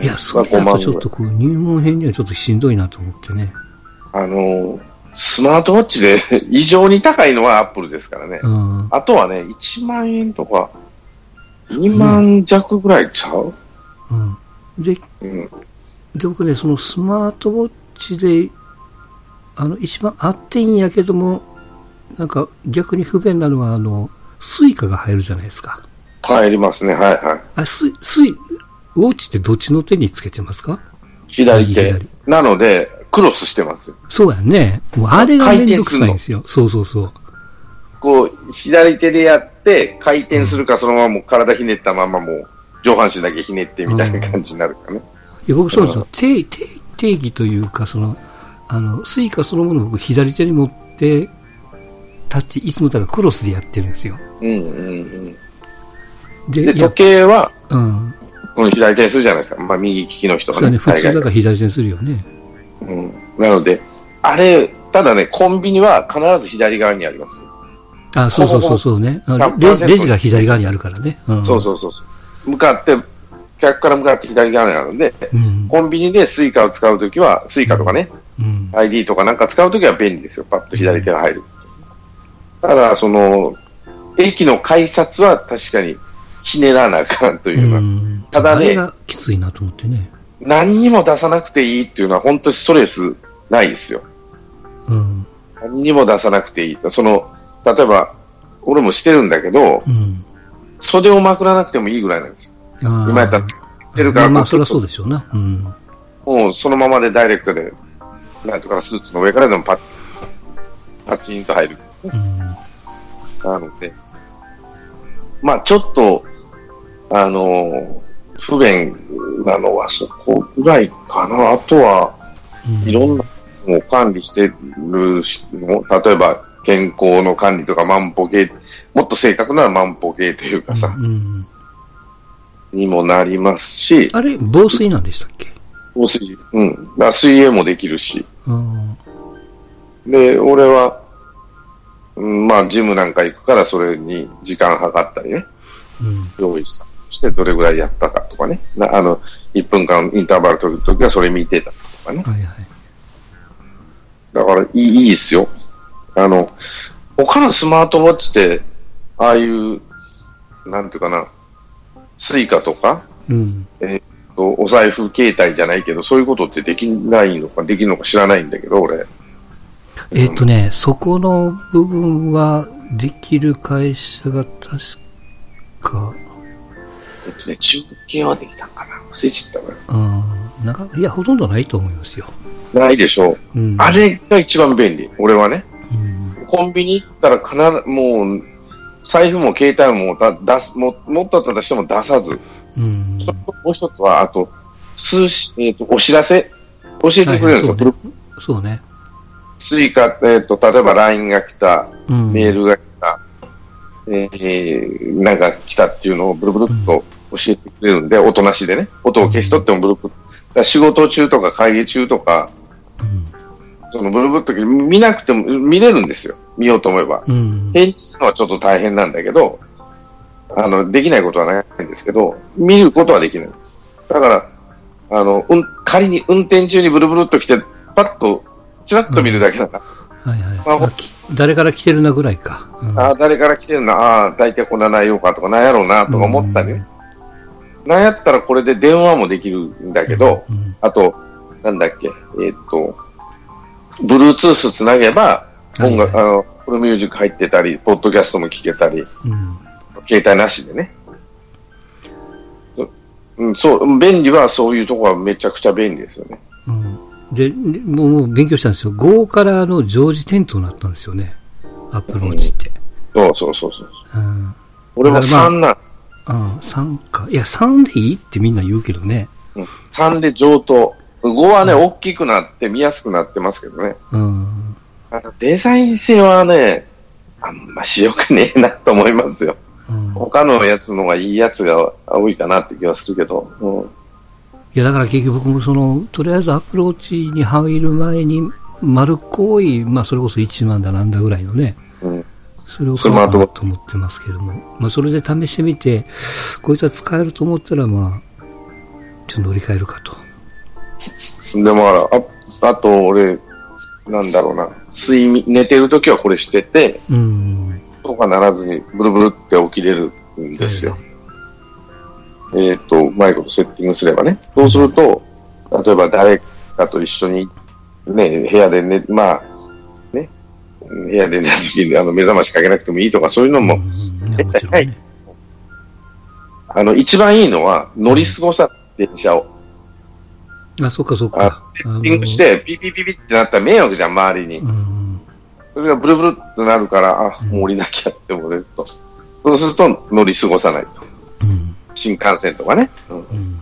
Speaker 2: い。いや、それ
Speaker 1: は
Speaker 2: だ
Speaker 1: 5万
Speaker 2: とちょっとこう入門編にはちょっとしんどいなと思ってね。
Speaker 1: あの、スマートウォッチで 異常に高いのはアップルですからね。
Speaker 2: うん。
Speaker 1: あとはね、1万円とか、2万弱ぐらいちゃう、
Speaker 2: うん、で、
Speaker 1: うん、
Speaker 2: で、僕ね、そのスマートウォッチで、あの、一番あっていいんやけども、なんか逆に不便なのは、あの、スイカが入るじゃないですか。
Speaker 1: 入りますね。はいは
Speaker 2: あ、スイ、スイ、ウォッチってどっちの手につけてますか
Speaker 1: い。左手。
Speaker 2: 右左
Speaker 1: なので、クロスしてますよ。
Speaker 2: そうやね。もうあれがめんどくさいんですよ。そうそうそう。
Speaker 1: こう、左手でやって、回転するか、そのままもう体ひねったままもう、上半身だけひねってみたいな感じになるからね。
Speaker 2: いや僕そうなんですよ定定定義というかそのあのスイカそのものを僕左手に持って立ちいつもだからクロスでやってるんですよ
Speaker 1: うんうんうん。で、
Speaker 2: でいや
Speaker 1: 時計は、
Speaker 2: うん
Speaker 1: この左手にするじゃないですか。まあ、右利きの人
Speaker 2: そ
Speaker 1: が
Speaker 2: うだね
Speaker 1: ね、
Speaker 2: 普
Speaker 1: 大
Speaker 2: 通だ
Speaker 1: 概
Speaker 2: から左手にするよね
Speaker 1: うん。なので、あれ、ただね、コンビニは必ず左側にあります。
Speaker 2: あそうそうそうそうねあレ
Speaker 1: 100%
Speaker 2: レジが左側にあるからね、うん、
Speaker 1: そうそうそうそう。向かって、客から向かって左側にあるので、
Speaker 2: うん、
Speaker 1: コンビニでスイカを使うときは、スイカとかね、
Speaker 2: うん、
Speaker 1: ID とかなんか使うときは便利ですよ。パッと左手が入る。ただ、その、駅の改札は確かにひねらなあかんというか、
Speaker 2: うん
Speaker 1: ただね
Speaker 2: あれがきついなと思ってね
Speaker 1: 何にも出さなくていいっていうのは本当にストレスないですよ。
Speaker 2: うん
Speaker 1: 何にも出さなくていい。その、例えば、俺もしてるんだけど、
Speaker 2: うん
Speaker 1: 袖をまくらなくてもいいぐらいなんですよ。
Speaker 2: あー
Speaker 1: 今やったらてるか
Speaker 2: ま
Speaker 1: ら
Speaker 2: あまあ
Speaker 1: こう
Speaker 2: そりゃそうでしょうなうん
Speaker 1: もうそのままでダイレクトで、なんとかスーツの上からでもパッ、パチンと入る。
Speaker 2: うん
Speaker 1: なので、まあちょっと、あの、不便なのはそこぐらいかな。あとは、いろんなのを管理してる例えば健康の管理とか万歩計、もっと正確な万歩計というかさ、
Speaker 2: うんうん
Speaker 1: にもなりますし、
Speaker 2: あれ、防水なんでしたっけ
Speaker 1: 防水、うん。まあ水泳もできるし、
Speaker 2: あ
Speaker 1: で、俺は、うん、まあ、ジムなんか行くから、それに時間計ったりね、
Speaker 2: ーうん
Speaker 1: 用意した。そして、どれぐらいやったかとかね、なあの、1分間インターバル取るときはそれ見てたとかね。
Speaker 2: はいはい。
Speaker 1: だから、いい、いいっすよ。あの、他のスマートウォッチって、ああいう、なんていうかな、スイカとか、
Speaker 2: うん。
Speaker 1: お財布携帯じゃないけど、そういうことってできないのか、できるのか知らないんだけど、俺。
Speaker 2: えっ、とね、そこの部分は、できる会社が確か、
Speaker 1: えっとね、中継はできたんかな忘れちゃったか
Speaker 2: あーなんかいや、ほとんどないと思いますよ。
Speaker 1: な。ないでしょう。
Speaker 2: うん、
Speaker 1: あれが一番便利。俺はね。
Speaker 2: うん、
Speaker 1: コンビニ行ったら必ず、もう、財布も携帯もだ出す、も持ったとしても出さず。
Speaker 2: うん。
Speaker 1: それともう一つは、あと、通し、えっ、と、お知らせ。教えてくれるんですよ。
Speaker 2: はいはいそうね。
Speaker 1: スイカ、えっ、と、例えば LINE が来た、
Speaker 2: うん。
Speaker 1: メールが来た、えー、なんか来たっていうのをブルブルっと教えてくれるんで、音なしでね、音を消しとってもブルブル。だから仕事中とか会議中とか、そのブルブルっと見なくても見れるんですよ。見ようと思えば。
Speaker 2: うん。
Speaker 1: 返事するのはちょっと大変なんだけど、あの、できないことはないんですけど、見ることはできない。だから、あの、うん、仮に運転中にブルブルっと来て、パッと、チラッと見るだけだから、
Speaker 2: はいはい。あき誰から来てるなぐらいか。うん
Speaker 1: ああ、誰から来てるな、ああ、大体こんな内容かとか、なんやろうな、とか思ったりね。なんやったらこれで電話もできるんだけど、
Speaker 2: うん
Speaker 1: あと、なんだっけ、えーっと、Bluetooth つなげば、音楽、
Speaker 2: は
Speaker 1: あの、プロミュージック入ってたり、ポッドキャストも聞けたり、
Speaker 2: うん
Speaker 1: 携帯なしでね。そうん、そう、便利はそういうとこはめちゃくちゃ便利ですよね。
Speaker 2: うんで、もうもう勉強したんですよ。5からあの常時点灯になったんですよね。アップローチって。
Speaker 1: そうそうそうそう。
Speaker 2: うん。
Speaker 1: 俺も
Speaker 2: だから
Speaker 1: 3な、
Speaker 2: ああ、3か。いや、3でいいってみんな言うけどね。
Speaker 1: うん、3で上等。5はね、大きくなって見やすくなってますけどね。
Speaker 2: うん。
Speaker 1: あのデザイン性はね、あんましよくねえなと思いますよ。
Speaker 2: うん
Speaker 1: 他のやつの方がいいやつが多いかなって気はするけど。うん
Speaker 2: いや、だから結局僕もその、とりあえずアプローチに入る前に、丸っこい、まあそれこそ1万だなんだぐらいのね、
Speaker 1: うん
Speaker 2: それを
Speaker 1: ス
Speaker 2: 買
Speaker 1: マー
Speaker 2: おう
Speaker 1: トフォ
Speaker 2: かな
Speaker 1: ン
Speaker 2: と思ってますけれども、まあそれで試してみて、こいつは使えると思ったらまあ、ちょっと乗り換えるかと。
Speaker 1: でもあら、ああと俺、なんだろうな、睡眠、寝てるときはこれしてて、
Speaker 2: うん。
Speaker 1: とかならずにブルブルって起きれるんですよ。えっ、と、うまいことセッティングすればね。そうすると、例えば誰かと一緒に、ね、部屋で寝、まあ、ね、部屋で寝たときにあの目覚ましかけなくてもいいとか、そういうの
Speaker 2: うん。
Speaker 1: も、
Speaker 2: うんいやもちろんね。
Speaker 1: あの、一番いいのは、乗り過ごさ、電車を。
Speaker 2: あ、そっかそっか。あの
Speaker 1: ピングして、ピピピピってなったら迷惑じゃん、周りに
Speaker 2: う。ん。
Speaker 1: それがブルブルってなるから、あ、もう降りなきゃって思えると。そうすると、乗り過ごさないと。
Speaker 2: うん。
Speaker 1: 新幹線とかね。うん
Speaker 2: うん。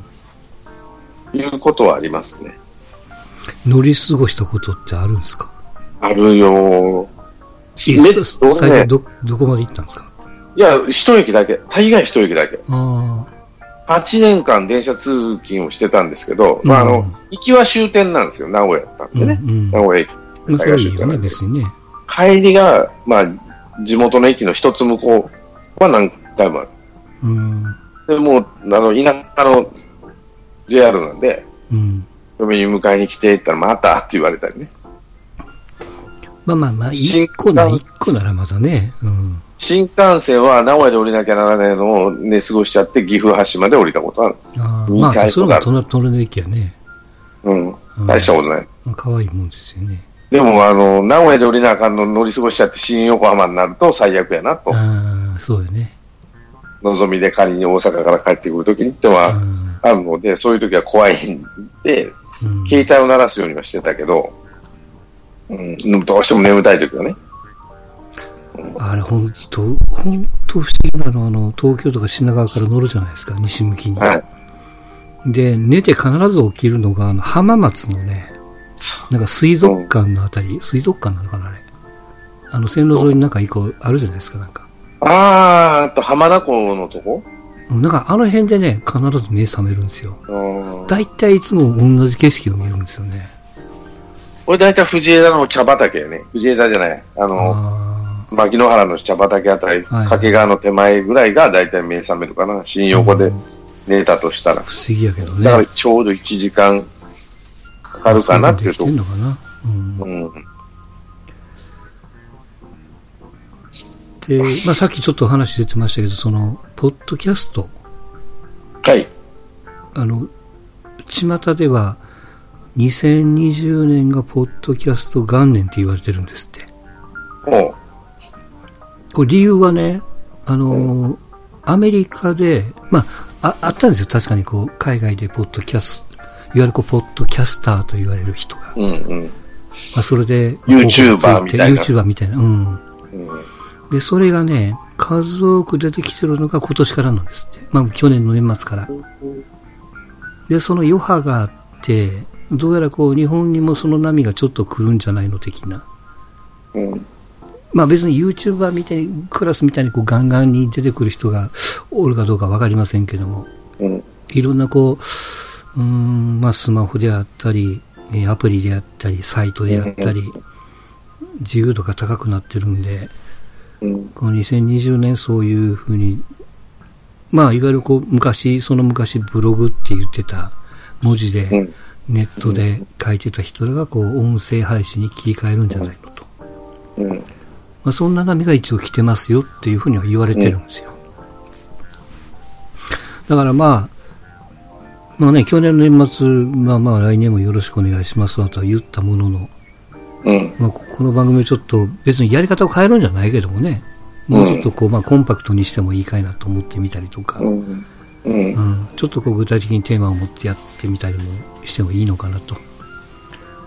Speaker 1: いうことはありますね。
Speaker 2: 乗り過ごしたことってあるんですか
Speaker 1: あるよ
Speaker 2: い
Speaker 1: め
Speaker 2: や、そ
Speaker 1: 俺
Speaker 2: 最
Speaker 1: ね
Speaker 2: 近ど、どこまで行ったんですか
Speaker 1: いや、一駅だけ。大概一駅だけ。
Speaker 2: あ
Speaker 1: 8年間電車通勤をしてたんですけど、
Speaker 2: うん
Speaker 1: まあ、あの、行きは終点なんですよ、名古屋だったん
Speaker 2: あ。
Speaker 1: でね。
Speaker 2: うん。
Speaker 1: 名古屋駅。
Speaker 2: まあ、それはいいよね、別にね。
Speaker 1: 帰りが、まあ、地元の駅の一つ向こうは何回もある。
Speaker 2: うん。
Speaker 1: でもう、あの、田舎の JR なんで、
Speaker 2: うん。
Speaker 1: 嫁に迎えに来て、ったら、またって言われたりね。
Speaker 2: まあまあまあ、
Speaker 1: 新
Speaker 2: 一個なら、一個ならまだね。うん。
Speaker 1: 新幹線は名古屋で降りなきゃならないのを寝過ごしちゃって、岐阜橋まで降りたことある。
Speaker 2: ああ、
Speaker 1: 二
Speaker 2: ま
Speaker 1: 回
Speaker 2: あ、そういうのが隣隣の駅やね。
Speaker 1: うん。
Speaker 2: うん
Speaker 1: 大したことない。
Speaker 2: まあ、可愛いもんですよね。
Speaker 1: でも、あの、名古屋で降りなあかんの乗り過ごしちゃって、新横浜になると最悪やなと。
Speaker 2: ああ、そうよね。
Speaker 1: のぞみで仮に大阪から帰ってくるときにっては
Speaker 2: あ
Speaker 1: あるので、そういうときは怖いんで、
Speaker 2: ーうん
Speaker 1: 携帯を鳴らすようにはしてたけど、うん、どうしても眠たいときはね。の。
Speaker 2: あれ、本当本当不思議なのあの、東京とか品川から乗るじゃないですか、西向きに。
Speaker 1: はい。
Speaker 2: で、寝て必ず起きるのが、あの、浜松のね、なんか水族館のあたり、水族館なのかな、あれ。あの、線路沿いになんか一個あるじゃないですか、なんか。
Speaker 1: あー、あと浜田湖のとこ
Speaker 2: うんなんかあの辺でね、必ず目覚めるんですよ。
Speaker 1: あー
Speaker 2: 大体いつも同じ景色を見るんですよね。
Speaker 1: 俺大体藤枝の茶畑やね。藤枝じゃない。あの、
Speaker 2: あ
Speaker 1: 牧野原の茶畑あたり、
Speaker 2: はい
Speaker 1: 掛川の手前ぐらいが大体目覚めるかな。新
Speaker 2: あ。
Speaker 1: 横で
Speaker 2: うん
Speaker 1: 寝たとしたら。
Speaker 2: 不思議やけどね。
Speaker 1: だからちょうど1時間かかるかなっていうと
Speaker 2: そううのできてんのかな。うん
Speaker 1: こ。うん。
Speaker 2: で、まあ、さっきちょっと話出てましたけど、その、ポッドキャスト、
Speaker 1: はい。
Speaker 2: あの、巷では、2020年がポッドキャスト元年って言われてるんですって。
Speaker 1: もう、
Speaker 2: これ理由はね、あのー、アメリカで、まあ、あ、あったんですよ。確かにこう、海外でポッドキャスト、いわゆるこう、ポッドキャスターと言われる人が。
Speaker 1: うんうん。
Speaker 2: まあ、それで、
Speaker 1: YouTuber みたいな
Speaker 2: YouTuber みたいな。うん。
Speaker 1: うん
Speaker 2: で、それがね、数多く出てきてるのが今年からなんですって。まあ、去年の年末から。で、その余波があって、どうやらこう、日本にもその波がちょっと来るんじゃないの的な。
Speaker 1: うん。
Speaker 2: まあ別に YouTuber みたいに、クラスみたいにこうガンガンに出てくる人がおるかどうかわかりませんけども、
Speaker 1: うん。
Speaker 2: いろんなこう、うーん、まあスマホであったり、えーアプリであったり、サイトであったり、自由度が高くなってるんで、
Speaker 1: うん。
Speaker 2: この2020年そういうふうに、まあいわゆるこう昔、その昔ブログって言ってた文字
Speaker 1: う
Speaker 2: で、
Speaker 1: ん。
Speaker 2: ネットで書いてた人らがこう音声配信に切り替えるんじゃないのと。
Speaker 1: うん。
Speaker 2: まあ、そんな波が一応来てますよっていうふうには言われてるんですよ。だからまあ、まあね、去年の年末、まあまあ来年もよろしくお願いしますわとは言ったものの、
Speaker 1: うん。
Speaker 2: まあここの番組をちょっと別にやり方を変えるんじゃないけどもね、もうちょっとこう、まあコンパクトにしてもいいかいなと思ってみたりとか、
Speaker 1: う
Speaker 2: うん
Speaker 1: ん。うん。
Speaker 2: ちょっとこう具体的にテーマを持ってやってみたりもしてもいいのかなと。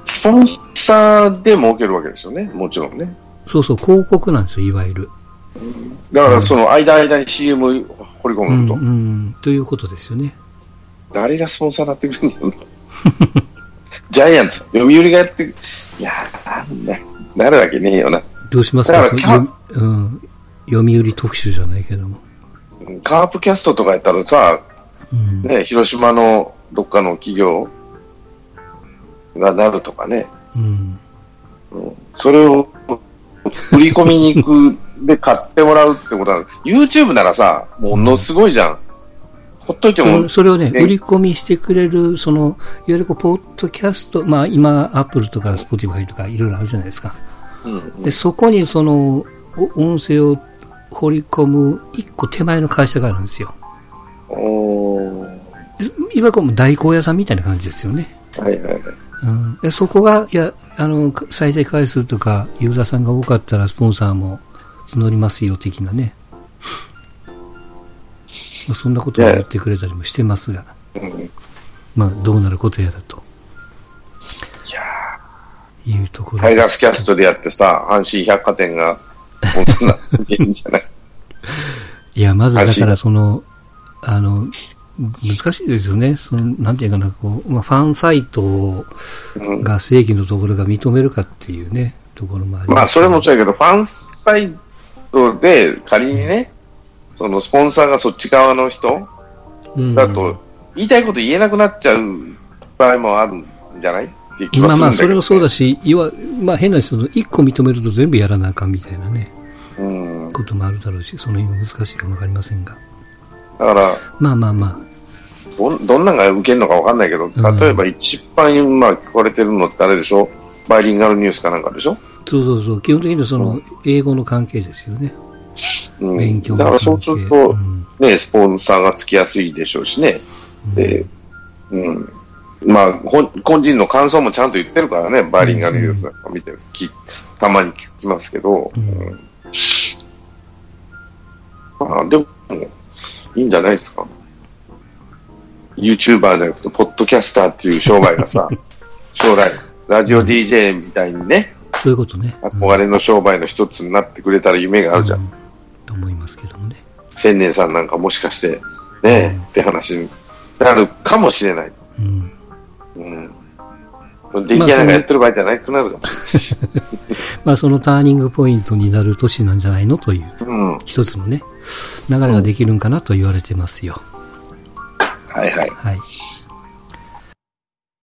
Speaker 1: スポンサーで儲けるわけですよね。もちろんね。
Speaker 2: そうそう、広告なんですよ、いわゆる。
Speaker 1: だからその間間に CM を掘り込
Speaker 2: うん、
Speaker 1: む
Speaker 2: う
Speaker 1: と。
Speaker 2: ん、ということですよね。
Speaker 1: 誰がスポンサーになってくるんだろうなジャイアンツ、読売がやってくいやーな、なるわけねえよな。
Speaker 2: どうします
Speaker 1: だか
Speaker 2: か
Speaker 1: ら
Speaker 2: よ、うん、読売特集じゃないけども。
Speaker 1: カープキャストとかやったらさ、
Speaker 2: うん、
Speaker 1: ね、広島のどっかの企業がなるとかね、
Speaker 2: うん、
Speaker 1: それを売り込みに行くで買ってもらうってことなの。YouTube ならさ、ものすごいじゃん。ほっといて
Speaker 2: そ
Speaker 1: も
Speaker 2: れ、それをね、
Speaker 1: ね
Speaker 2: 売り込みしてくれる、その、いわゆるこう、ポッドキャスト、まあ今、アップルとか Spotify とかいろいろあるじゃないですか。
Speaker 1: うん
Speaker 2: で、そこにその、お音声を掘り込む一個手前の会社があるんですよ。
Speaker 1: おー
Speaker 2: いわゆるこう代行屋さんみたいな感じですよね。
Speaker 1: はいはいはい。
Speaker 2: うん、でそこが、いや、あの、再生回数とか、ユーザーさんが多かったら、スポンサーも募りますよ、的なね。まあそんなことを言ってくれたりもしてますが、
Speaker 1: うん
Speaker 2: まあ、どうなることやらと。
Speaker 1: いや
Speaker 2: いうところ
Speaker 1: タイ
Speaker 2: で
Speaker 1: ガース
Speaker 2: す。
Speaker 1: キャストでやってさ、阪神百貨店が、こんな、いいんじゃない
Speaker 2: いや、まずだ
Speaker 1: 阪
Speaker 2: か
Speaker 1: 神
Speaker 2: ら、その、あの、難しいですよね。その、なんていうかな、こう、まあ、ファンサイトを
Speaker 1: うん
Speaker 2: が正規のところが認めるかっていうね、ところもあ り
Speaker 1: まあ、
Speaker 2: す
Speaker 1: それ
Speaker 2: けど
Speaker 1: もそうやけど、ファンサイトで仮にね、そのスポンサーがそっち側の人
Speaker 2: うん
Speaker 1: だと、言いたいこと言えなくなっちゃう場合もあるんじゃないっていう気は
Speaker 2: 今
Speaker 1: するん
Speaker 2: ま
Speaker 1: だけ
Speaker 2: あ
Speaker 1: ど
Speaker 2: それもそうだし、いわ、まあ変な人の一個認めると全部やらなあかんみたいなね、
Speaker 1: うん。だ
Speaker 2: こともあるだろうし、その辺が難しいかもわかりませんが。
Speaker 1: から、
Speaker 2: まあまあま
Speaker 1: どんどんなんが受けるのかわかんないけど、
Speaker 2: ん
Speaker 1: 例えば一番今聞かれてるのってあれでしょバイリンガルニュースかなんかでしょ
Speaker 2: あ、そうそうそう、基本的にはその英語の関係ですよね。
Speaker 1: う
Speaker 2: 勉
Speaker 1: ん。
Speaker 2: 強
Speaker 1: だ
Speaker 2: の
Speaker 1: か
Speaker 2: 関
Speaker 1: ら
Speaker 2: 係。
Speaker 1: そうすると
Speaker 2: う、ん
Speaker 1: ね、スポンサーがつきやすいでしょうしね。で、うん。まあ、ほん個人の感想もちゃんと言ってるからね、バイリンガルニュースなんか見てる、きたまに聞きますけど、うんまあ、でも、いいんじゃないですか。YouTuber じゃな くて、ポッドキャスターっていう商売がさ、将来、ラジオ DJ みたいにね、
Speaker 2: そういうことね。うん
Speaker 1: 憧れの商売の一つになってくれたら夢があるじゃん。
Speaker 2: うんと思いますけどもね。
Speaker 1: 千年さんなんかもしかして、ねえ、
Speaker 2: うん
Speaker 1: って話になるかもしれない。
Speaker 2: うん。
Speaker 1: うん。電気屋なんかやってる場合じゃなくなるかもし
Speaker 2: まあそのターニングポイントになる年なんじゃないのという、
Speaker 1: れない。うん。は
Speaker 2: 一つのね、流れができるんかなと言われてますよ。
Speaker 1: いはい。
Speaker 2: はい。